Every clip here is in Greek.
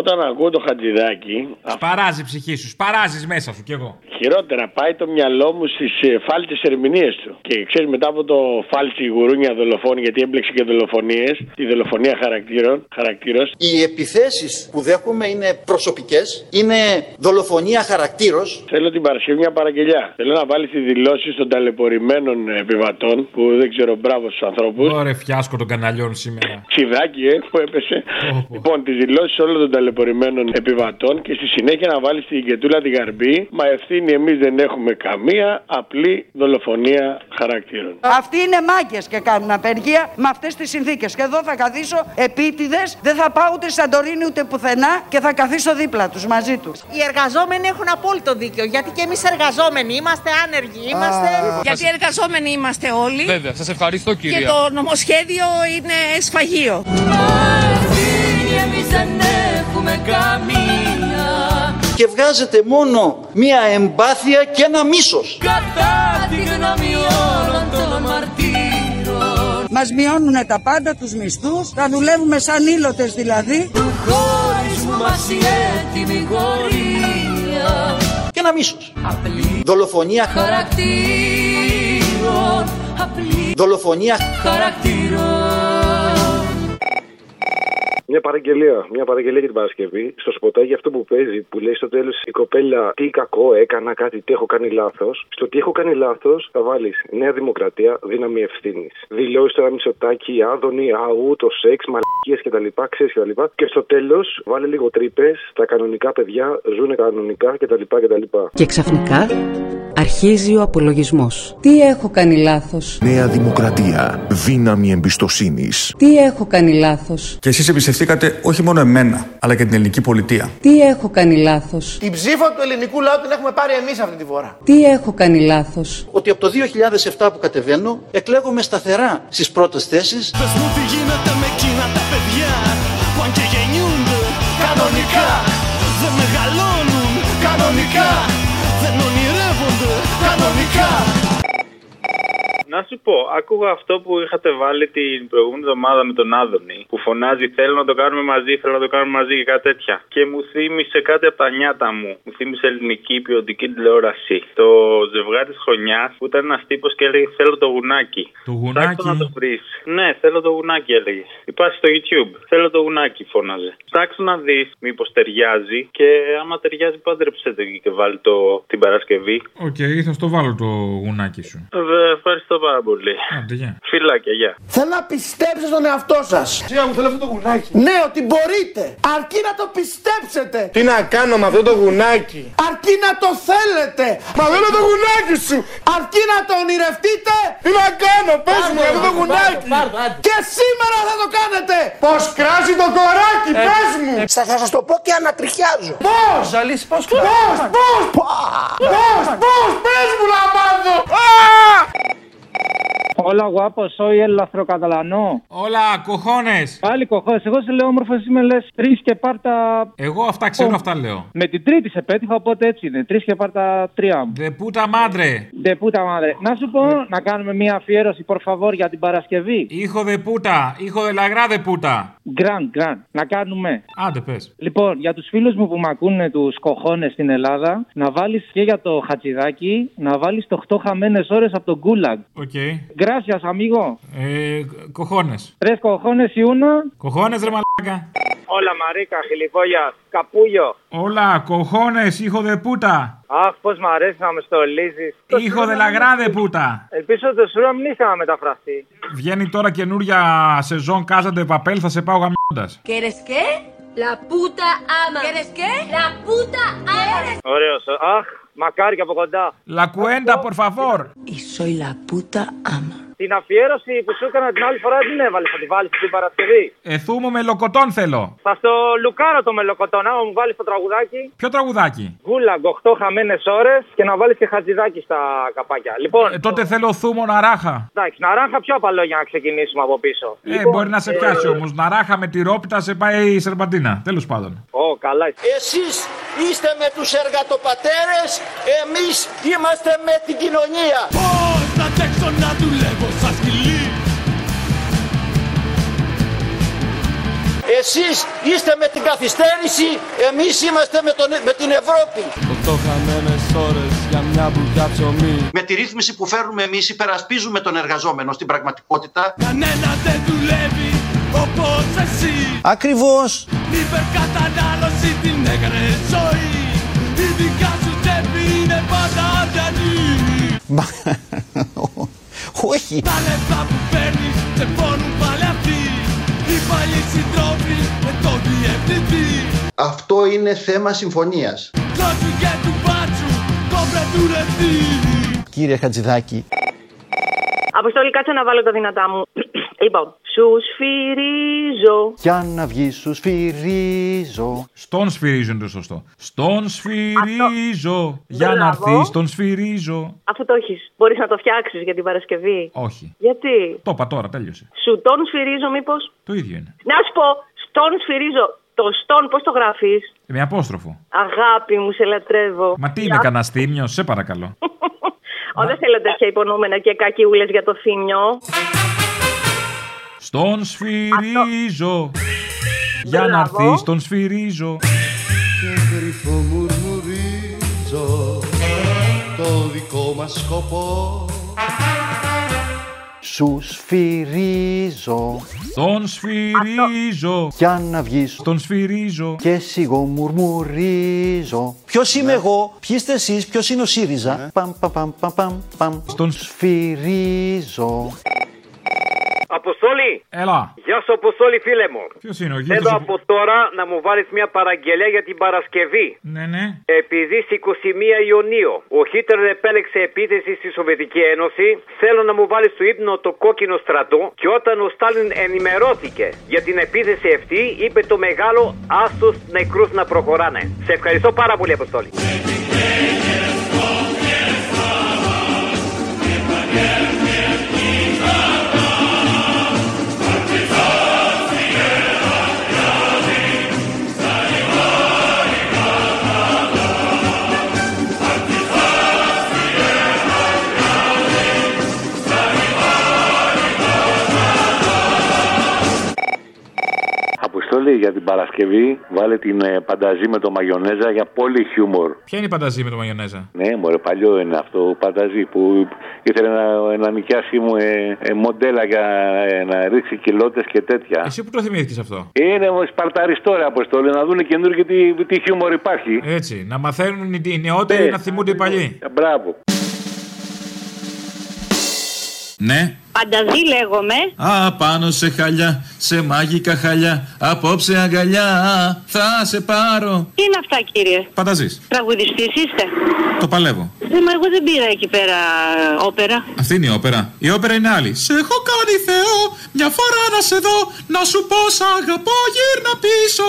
όταν ακούω το χατζηδάκι, Σπαράζει η ψυχή σου, σπαράζεις μέσα σου κι εγώ. χειρότερα πάει το μυαλό μου στις φάλτες ερμηνείες του. Και ξέρεις, μετά από το φάλτσι γουρούνια δολοφόνη, γιατί έμπλεξε και δολοφονίες, τη δολοφονία χαρακτήρων, χαρακτήρος, Οι επιθέσεις που δέχομαι είναι προσωπικές, είναι δολοφονία χαρακτήρος. Θέλω την Παρασκευή μια παραγγελιά. Θέλω να βάλεις τη δηλώσεις των ταλαιπωρημένων επιβατών που δεν ξέρω μπράβο στους ανθρώπους. Ωραία, φιάσκο των καναλιών σήμερα. Ξιδάκι, ε, που έπεσε. Όπο. Λοιπόν, τις δηλώσεις όλων των ταλαιπωρημένων επιβατών και στη συνέχεια να βάλεις την κετούλα την καρμπή. Μα ευθύνη εμείς δεν έχουμε καμία απλή δολοφονία χαρακτήρων. Αυτοί είναι μάγκες και κάνουν απεργία με αυτές τις συνθήκες. Και εδώ θα καθίσω επίτηδες, δεν θα πάω ούτε στη Σαντορίνη ούτε πουθενά και θα καθίσω δίπλα τους μαζί τους. Οι εργαζόμενοι έχουν απόλυτο δίκιο. Γιατί και εμείς εργαζόμενοι είμαστε, άνεργοι είμαστε. Γιατί εργαζόμενοι είμαστε όλοι Βέβαια, σας ευχαριστώ κύριε. και το νομοσχέδιο είναι σφαγείο. Και βγάζεται μόνο μία εμπάθεια και ένα μίσος. Μα μειώνουν τα πάντα, τους μισθούς, θα δουλεύουμε σαν ήλωτες δηλαδή. Και ένα μίσος. Δολοφονία χαρακτήρων. Δολοφονία Μια παραγγελία, μια παραγγελία για την Παρασκευή. Στο σποτάκι αυτό που παίζει, που λέει στο τέλος η κοπέλα τι κακό έκανα, κάτι, τι έχω κάνει λάθος. Στο τι έχω κάνει λάθος θα βάλεις Νέα Δημοκρατία, δύναμη ευθύνης. Δηλώσεις τώρα μισοτάκι, άδωνη, αού, το σεξ, μαλακίες κτλ. Ξέρει κτλ. Και στο τέλος βάλει λίγο τρύπες, τα κανονικά παιδιά ζουν κανονικά κτλ. κτλ. Και ξαφνικά αρχίζει ο απολογισμός. Τι έχω κάνει λάθος. Νέα Δημοκρατία. Δύναμη εμπιστοσύνης. Τι έχω κάνει λάθος. Και εσείς εμπιστευτήκατε όχι μόνο εμένα, αλλά και την ελληνική πολιτεία. Τι έχω κάνει λάθος. Την ψήφο του ελληνικού λαού την έχουμε πάρει εμείς αυτή τη φορά. Τι έχω κάνει λάθος. ότι από το 2007 που κατεβαίνω εκλέγομαι σταθερά στις πρώτες θέσεις Κανονικά δεν μεγαλώνουν. Κανονικά δεν ονειρεύονται. Κανονικά. Να σου πω, άκουγα αυτό που είχατε βάλει την προηγούμενη εβδομάδα με τον Άδωνη. Που φωνάζει Θέλω να το κάνουμε μαζί, θέλω να το κάνουμε μαζί και κάτι τέτοια. Και μου θύμισε κάτι από τα νιάτα μου. Μου θύμισε ελληνική ποιοτική τηλεόραση. Το ζευγάρι της χρονιάς που ήταν ένας τύπος και έλεγε Θέλω το γουνάκι. Το Ψάξτε να γουνάκι. το βρεις. Ναι, θέλω το γουνάκι, έλεγε. Υπάρχει στο YouTube. Θέλω το γουνάκι, φώναζε. Ψάξτε να δεις μήπως ταιριάζει. Και άμα ταιριάζει, πάντρεψε το και βάλει το, την Παρασκευή. Οκ, θα στο βάλω το γουνάκι σου. Ε, Ευχαριστώ πάρα πολύ. Άντε, γεια. Φιλάκια, γεια. Θέλω να πιστέψετε στον εαυτό σας. Σιγά μου, θέλω αυτό το γουνάκι. Ναι, ότι μπορείτε. Αρκεί να το πιστέψετε. Τι να κάνω με αυτό το γουνάκι. Αρκεί να το θέλετε. Μα θέλω το γουνάκι σου. Αρκεί να το ονειρευτείτε. Τι να κάνω, πες μου, αυτό το γουνάκι. Και σήμερα θα το κάνετε. Πώς κράζει το κοράκι, πες μου. Θα σας το πω και ανατριχιάζω Πώς! Ζαλής, πώς! Πώς! Πώς! Πώς! Πώς! Πες μου να μάθω! Α! Hola guapo, soy el lafrocatalano. Όλα, κοχώνες! Πάλι κοχό, εγώ σε λέω όμορφος, εσύ με λες τρεις και πάρτα. Εγώ αυτά ξέρω, αυτά λέω. Με την τρίτη σε πέτυχα, οπότε έτσι είναι. Τρεις και πάρτα τρία μου. Δε πούτα μάντρε. Ντε πούτα μάδρε. Να σου πω, Ναι. να κάνουμε μία αφιέρωση, por favor, για την Παρασκευή. Ήχο δε πούτα. Ήχο δε λαγρά δε πούτα. Grand, grand. Να κάνουμε. Άντε, πες. Λοιπόν, για τους φίλους μου που με ακούνε τους κοχώνες στην Ελλάδα, να βάλεις και για το χατσιδάκι, να βάλεις το 8 χαμένες ώρες από τον Γκούλαγκ. Οκ. Gracias, amigo. Ε, κοχώνες. Τρει κοχώνε ή ούνα. Κοχώνες, ρε μαλάκα. Όλα μαρίκα, χιλιβόλια, καπούλιο. Όλα, κοχώνε, ήχο δε πούτα. Αχ, πώ μ' αρέσει να με στολίζει. Ήχο δε λαγρά δε πούτα. Ελπίζω το σουρό μην είχα να μεταφραστεί. Βγαίνει τώρα καινούρια σεζόν Casa de Papel, θα σε πάω γαμιώντα. ¿Quieres qué? La puta ama. ¿Quieres qué? La puta ama. Ωραίο. ε. Αχ, μακάρι και από κοντά. La cuenta, por favor. Y soy la puta ama. Την αφιέρωση που σου έκανα την άλλη φορά δεν την έβαλε. Θα την βάλεις την Παρασκευή. Εθούμο Ε, με λοκοτόν θέλω. Θα στο λουκάρω το μελοκοτόν. Άμα μου βάλεις το τραγουδάκι. Ποιο τραγουδάκι. Γκούλαγκ 8 χαμένες ώρες και να βάλεις και χατζηδάκι στα καπάκια. Λοιπόν. Ε, τότε θέλω θούμο να ράχα. Εντάξει, να ράχα πιο απαλό για να ξεκινήσουμε από πίσω. Ε, μπορεί να σε πιάσει όμω. Να ράχα με τη ρόπιτα σε πάει η Σερπαντίνα. Τέλος πάντων. Ω, καλά. Εσείς είστε με τους εργατοπατέρες Εμείς είμαστε με την κοινωνία Πώς να αντέξω να δουλεύω σαν σκυλί Εσείς είστε με την καθυστέρηση, εμείς είμαστε με, τον, με την Ευρώπη. για μια μπουκιά ψωμί. Με τη ρύθμιση που φέρνουμε εμείς υπερασπίζουμε τον εργαζόμενο στην πραγματικότητα. Κανένα δεν δουλεύει όπως εσύ. Ακριβώς. Υπερκατανάλωση την έγρε ζωή. Η δικιά σου τσέπη είναι πάντα αδιανή. Μα, όχι. Τα λεφτά που παίρνεις τσεπώνουν πάλι αυτοί Οι παλιοί συντρόφοι με το διευθυντή Αυτό είναι θέμα συμφωνίας. Κλώτσουγε του μπάτσου, κόμπρε του ρευτή Κύριε Χατζηδάκη. Αποστόλη, κάτσε να βάλω τα δυνατά μου. λοιπόν, σου σφυρίζω. Κι αν να βγει σου σφυρίζω. Στον σφυρίζω είναι το σωστό. Στον σφυρίζω. Για να Μπράβο. έρθεις, τον σφυρίζω. Αφού το έχεις, μπορείς να το φτιάξεις για την Παρασκευή. Όχι. Γιατί. Το είπα τώρα, τέλειωσε. Σου τον σφυρίζω, μήπως. Το ίδιο είναι. Να σου πω, στον σφυρίζω. Το στόν, πώς το γράφεις. Με απόστροφο. Αγάπη μου, σε λατρεύω. Μα τι είμαι, Α, κανένα θύμιο, σε παρακαλώ. Ω, δεν θέλω τέτοια υπονόμενα και κακιούλες για το θύμιο. Στον σφυρίζω. Για να Μπράβο. έρθεις, τον σφυρίζω. Και κρυφό μουρμουρίζω Το δικό μας σκοπό Σου σφυρίζω. Τον σφυρίζω. Κι αν να βγεις. Τον σφυρίζω. Και σιγό μουρμουρίζω. Ποιος είμαι Ναι. εγώ, ποιοι είστε εσείς, ποιος είναι ο ΣΥΡΙΖΑ. Παμ, παμ, παμ, παμ, παμ, παμ. Στον σφυρίζω. Αποστολή! Έλα. Γεια σου, Αποστολή, φίλε μου. Ποιος είναι ο γιος Θέλω της- από τώρα να μου βάλεις μια παραγγελία για την Παρασκευή. Ναι, ναι. Επειδή στις 21 Ιουνίου ο Χίτλερ επέλεξε επίθεση στη Σοβιετική Ένωση, θέλω να μου βάλεις στο ύπνο το κόκκινο στρατό. Και όταν ο Στάλιν ενημερώθηκε για την επίθεση αυτή, είπε το μεγάλο άστος νεκρούς να προχωράνε. Σε ευχαριστώ πάρα πολύ, Αποστολή. Αποστολή για την Παρασκευή, βάλε την ε, πανταζή με το μαγιονέζα για πολύ χιούμορ. Ποια είναι η πανταζή με το μαγιονέζα. Ναι, μωρέ, παλιό είναι αυτό, πανταζή που ήθελε να, να νοικιάσει μου ε, ε, μοντέλα για ε, να ρίξει κιλότες και τέτοια. Εσύ που το θυμήθηκες αυτό. Είναι ο Σπαρταριστό, ρε Αποστολή, να δουν καινούργιο τι, τι χιούμορ υπάρχει. Έτσι, να μαθαίνουν οι- οι νεότεροι Ναι. να θυμούνται οι παλιοί. Ε, Μπράβο. Ναι Πανταζή λέγομαι. Α, πάνω σε χαλιά, σε μάγικα χαλιά Απόψε αγκαλιά, θα σε πάρω Τι είναι αυτά, κύριε. Πανταζής. Τραγουδιστής είστε. Το παλεύω. Ε, μα εγώ δεν πήρα εκεί πέρα ε, όπερα. Αυτή είναι η όπερα. Η όπερα είναι άλλη. Σε έχω κάνει θεό, μια φορά να σε δω Να σου πω σ' αγαπώ, γύρνα πίσω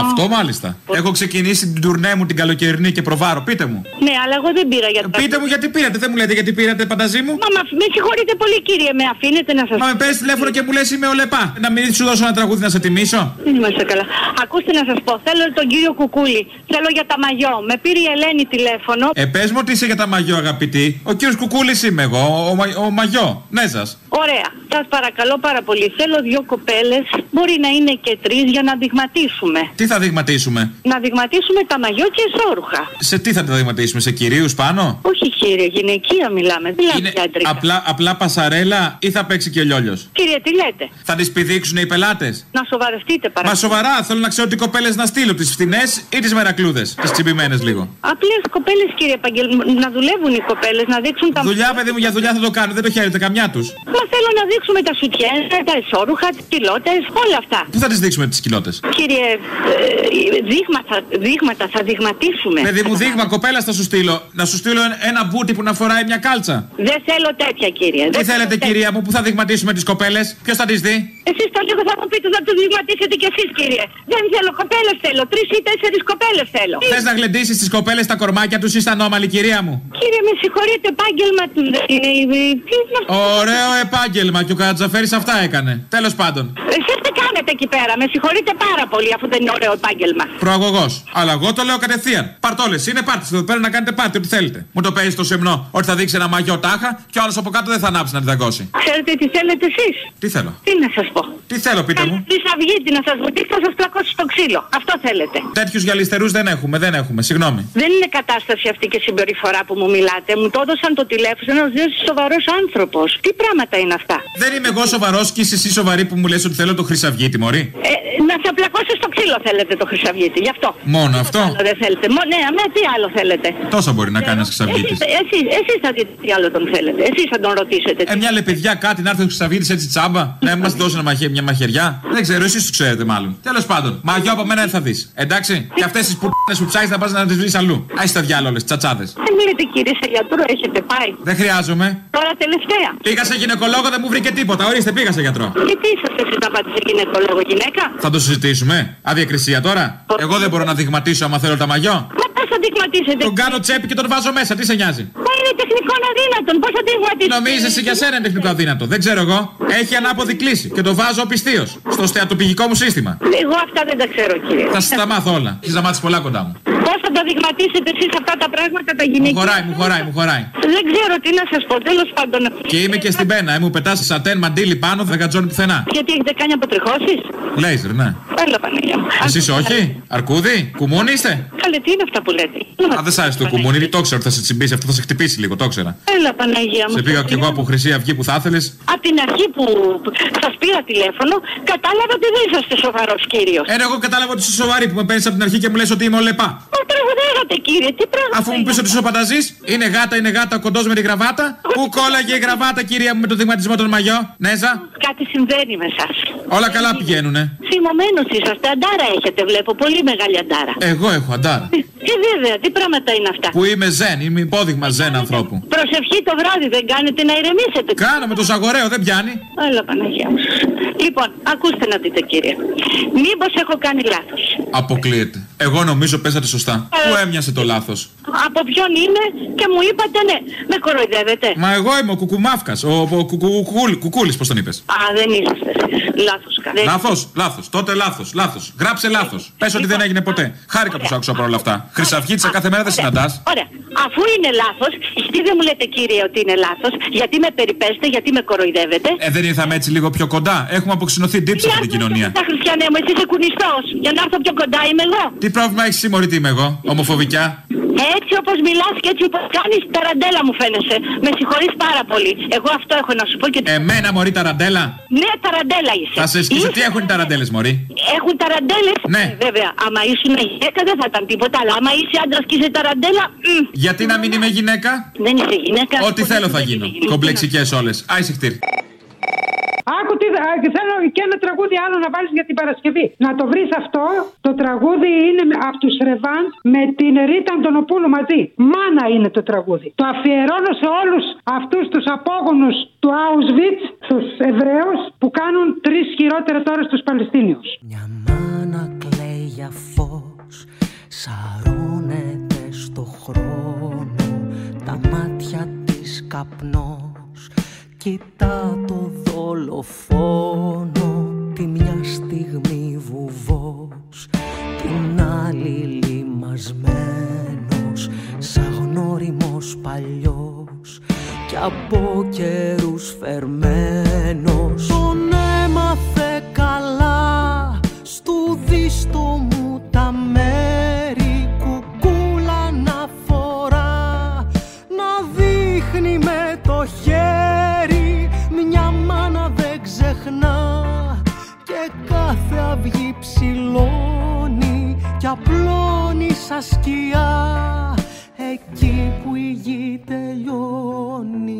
Αυτό μάλιστα. Έχω ξεκινήσει την τουρνέ μου την καλοκαιρινή και προβάρω. Πείτε μου. Ναι, αλλά εγώ δεν πήρα για τα... Ε, Πείτε μου γιατί πήρατε, δεν μου λέτε γιατί πήρατε πανταζή μου. Μα, μα με συγχωρείτε πολύ, κύριε. Με αφήνετε να σας... Μα με παίρνεις τηλέφωνο και μου λες είμαι ο Λεπά. Να μην σου δώσω ένα τραγούδι να σε τιμήσω. Δεν είμαστε καλά. Ακούστε να σας πω. Θέλω τον κύριο Κουκούλη. Θέλω για τα μαγιό. Με πήρε η Ελένη τηλέφωνο. Ε, πες μου τι είσαι για τα μαγιό, αγαπητή. Ο κύριος Κουκούλης είμαι εγώ, ο, μα, ο μαγιό. Ναι, Νέζα. Ωραία. Σας παρακαλώ πάρα πολύ. Θέλω δύο κοπέλες. Μπορεί να είναι και τρεις για να δειγματίσουμε. Τι θα δειγματίσουμε. Να δειγματίσουμε τα μαγιό και εσόρουχα. Σε τι θα τα δειγματίσουμε, σε κυρίους πάνω. Όχι κύριε, γυναικεία μιλάμε, δεν μιλάμε για άντρικα. Απλά, απλά πασαρέλα ή θα παίξει και ο λιόλιος. Κύριε, τι λέτε, Θα τις πηδήξουν οι πελάτες. να σοβαρευτείτε Μα παρακαλώ. σοβαρά, θέλω να ξέρω τι κοπέλες να στείλω, τις φθηνέ ή τις μερακλούδες. Τις τσιμπημένες λίγο. Απλές κοπέλες κύριε Επαγγελ... να δουλεύουν οι κοπέλες, να δείξουν τα... Δουλειά, παιδί μου, για δουλειά θα το κάνω, δεν το χαίρεται καμιά τους. Μα θέλω να δείξουμε τα σουτιέν, τα εσόρουχα, τις πιλότες, όλα αυτά. Πού θα τις δείξουμε τις κοιλότες. Κύριε, ε, δείγματα, δείγματα θα δειγματίσουμε. Παιδί μου, δείγμα, κοπέλα θα σου στείλω. Να σου στείλω εν- ένα μπούτι που να φοράει μια κάλτσα. Δεν θέλω τέτοια κύριε. Τι Δεν θέλω θέλετε, τέτοια. κυρία μου, πού θα δειγματίσουμε τις κοπέλες, ποιος θα τις δει. Εσείς το λίγο θα μου πείτε να τους δειγματίσετε κι εσείς κύριε. Δεν θέλω κοπέλες θέλω, τρεις ή τέσσερις κοπέλες θέλω. Θες να γλεντήσεις τις κοπέλες τα κορμάκια τους ή στα νόμαλη, κυρία μου. Κύριε, με συγχωρείτε, επάγγελμα του δεν είναι. η- η- Τι είναι αυτό. Ωραίο επάγγελμα και ο Κατζαφέρης αυτά έκανε. Τέλος πάντων. Εσείς τι κάνετε. λέτε εκεί πέρα. Με συγχωρείτε πάρα πολύ αφού δεν είναι ωραίο επάγγελμα. Προαγωγός. Αλλά εγώ το λέω κατευθείαν. Παρτόλες, είναι πάρτε εδώ πέρα να κάνετε πάρτι, ό,τι θέλετε. Μου το παίζει στο σεμνό ότι θα δείξει ένα μαγιό τάχα και ο άλλος από κάτω δεν θα ανάψει να τη δαγκώσει. Ξέρετε τι θέλετε εσείς. Τι θέλω. Τι να σας πω. Τι θέλω, πείτε μου. Τι θα βγείτε να σας βουτήξει, θα σα πλακώσει στο ξύλο. Αυτό θέλετε. Τέτοιους γυαλιστερούς δεν έχουμε, δεν έχουμε, συγγνώμη. Δεν είναι κατάσταση αυτή και συμπεριφορά που μου μιλάτε. Μου το έδωσαν το τηλέφωνο ένας δύο σοβαρός άνθρωπος. Τι πράγματα είναι αυτά. Δεν είμαι εγώ σοβαρός και είσαι εσύ σοβαρή που μου λες ότι θέλω το χρυσαυγίτη, Μωρή. Ε, να σε πλακώσει στο ξύλο θέλετε το χρυσαυγίτη, γι' αυτό. Μόνο αυτό. Άλλο δεν θέλετε. Μό, ναι, αμέ, τι άλλο θέλετε. Ε, Τόσα μπορεί να κάνεις ένα χρυσαυγίτη. Εσείς, εσείς, εσείς θα δείτε τι άλλο τον θέλετε. Εσείς θα τον ρωτήσετε. Ε, μια λεπιδιά κάτι να έρθει ο Χρυσαυγίτη έτσι τσάμπα. να μας δώσει ένα μαχαι- μια μαχαιριά. Δεν ξέρω, εσείς το ξέρετε μάλλον. Τέλος πάντων, μαγιό από μένα δεν θα δεις. Εντάξει, και αυτές τις πουτάνε που ψάχνεις να πας να τις βρει αλλού. Α τα διάλογε, τσατσάδε. Δεν λέτε κύριε σε γιατρό, έχετε πάει. Δεν χρειάζομαι. Τώρα τελευταία. Πήγα σε γυναικολόγο, δεν μου βρήκε τίποτα. Ορίστε, πήγα σε γιατρό. Και τι είσαστε εσείς να πάτε σε γυναικολόγο γυναίκα. Θα το συζητήσουμε. Αδιακρισία τώρα. Εγώ δεν μπορώ να δειγματίσω άμα θέλω τα μαγιό. Μα πώς θα δειγματίσετε. Τον κάνω τσέπη και τον βάζω μέσα, τι σε νοιάζει. Μα είναι τεχνικό αδύνατον, πώς θα δειγματίσετε. Νομίζεσαι για σένα είναι τεχνικό αδύνατο. Δεν ξέρω εγώ. Έχει ανάποδη κλίση και το βάζω πιστίω στο στεατοπηγικό μου σύστημα. Εγώ αυτά δεν τα ξέρω κύριε. Θα σου τα μάθω όλα. Έχεις να μάθεις πολλά κοντά μου. Πώς θα τα δειγματίσετε εσείς αυτά τα πράγματα τα γυναικεία. Μου χωράει, μου χωράει, μου χωράει. Δεν ξέρω τι να σας πω, τέλος πάντων. Και είμαι και στην πένα, ε, μου πετάς σατέν μαντίλι πάνω, δεν κατζώνει πουθενά. Γιατί έχετε κάνει αποτριχώσεις. Λέιζερ, ναι. Έλα Παναγία μου. Εσείς όχι, αρκούδι, κουμούνι είστε. Καλέ, τι είναι αυτά που λέτε. Α, δεν σ' άρεσε το κουμούνι, το ξέρω, θα σε τσιμπήσει αυτό, θα σε χτυπήσει λίγο, το ξέρα. Έλα Παναγία μου. Σε πήγα κι εγώ από Χρυσή Αυγή που θα ήθελες. Από την αρχή που σας πήρα τηλέφωνο, κατάλαβα ότι δεν είσαστε σοβαρός κύριος. Ένα εγώ κατάλαβα ότι είσαι σοβαρή που με παίρνεις από την αρχή και μου λες ότι είμαι ολεπά. Μα τραγουδάγατε κύριε, Ε, τι πράγμα. Αφού μου πεις ότι είσαι ο πανταζής, είναι γάτα, είναι γάτα, κοντός με τη γραβάτα. Πού κόλλαγε η γραβάτα, κυρία μου, με το δειγματισμό των μαγιό. Νέζα, Κάτι συμβαίνει με εσάς. όλα καλά πηγαίνουνε. Θυμωμένος είσαστε, αντάρα έχετε βλέπω, πολύ μεγάλη αντάρα. Εγώ έχω αντάρα. Ε, βέβαια, τι πράγματα είναι αυτά. Που είμαι ζεν, είμαι υπόδειγμα ζεν ανθρώπου. Προσευχή το βράδυ δεν κάνετε να ηρεμήσετε. Κάνω με το σαγορέο, δεν πιάνει. Έλα Παναγία μου. Λοιπόν, ακούστε να δείτε κύριε. Μήπως έχω κάνει λάθος. Αποκλείεται. Εγώ νομίζω πέσατε σωστά. Πού έμοιασε το λάθος. Από ποιον είμαι και μου είπατε ναι. Με κοροϊδεύετε. Μα εγώ είμαι ο κουκουμάφκας. Ο, ο κουκούλης, πώς τον είπες. Α, δεν είσαστε εσείς. Λάθος κάνετε. Λάθος, λάθος. Τότε λάθος, λάθος. Γράψε λάθος. Πες ότι δεν έγινε ποτέ. Χάρηκα που σ' άκουσα παρόλα αυτά. Χρυσαυγίτησα κάθε μέρα δεν συναντάς. Ωραία. Αφού είναι λάθος, γιατί δεν μου λέτε κύριε ότι είναι λάθος, γιατί με περιπέζετε, γιατί με κοροϊδεύετε. Ε, δεν ήρθαμε έτσι λίγο πιο κοντά. Έχουμε αποξενωθεί τύψη από την κοινωνία. Τα χριστιανέ μου, εσύ είσαι κουνιστός. Για να έρθω πιο κοντά είμαι εγώ. Τι πρόβλημα έχεις συμμορήτη είμαι εγώ, ομοφοβικιά. Έτσι όπως μιλάς και έτσι όπως κάνεις, ταραντέλα μου φαίνεσαι. Με συγχωρείς πάρα πολύ. Εγώ αυτό έχω να σου πω και... Εμένα, Μωρή Ταραντέλα. Ναι, ταραντέλα είσαι. Ε, Θα σε σκίσω. Τι έχουν οι ταραντέλε, Μωρή. Έχουν ταραντέλες. Ε. Ναι. Βέβαια, άμα ήσουν γυναίκα δεν θα ήταν τίποτα, αλλά άμα είσαι άντρας και είσαι ταραντέλα, μ, Γιατί να μην είμαι γυναίκα. δεν είσαι γυναίκα. Ό,τι θέλω θα γίνω. Κομπλεξικές όλες. Άισε χτύρ. Άκου τι α, θέλω και ένα τραγούδι άλλο να βάλεις για την Παρασκευή. Να το βρεις αυτό. Το τραγούδι είναι από τους Ρεβάν με την Ρίτα Αντωνοπούλου μαζί. Μάνα είναι το τραγούδι. Το αφιερώνω σε όλους αυτούς τους απόγονους του Auschwitz, τους Εβραίους που κάνουν τρεις χειρότερα τώρα στους Παλαιστίνιους. μάνα κλαίει για φως Σαρώνεται στο χρόνο Τα μάτια της καπνός Κοιτά το δολοφόνο Τη μια στιγμή βουβός Την άλλη λιμασμένος Σαν γνώριμος παλιός Κι από καιρούς φερμένος Τον έμαθε καλά στου δίστο μου τα μέρη κουκούλα να φορά να δείχνει με το χέρι μια μάνα δεν ξεχνά και κάθε αυγή ψηλώνει και απλώνει σαν σκιά εκεί που η γη τελειώνει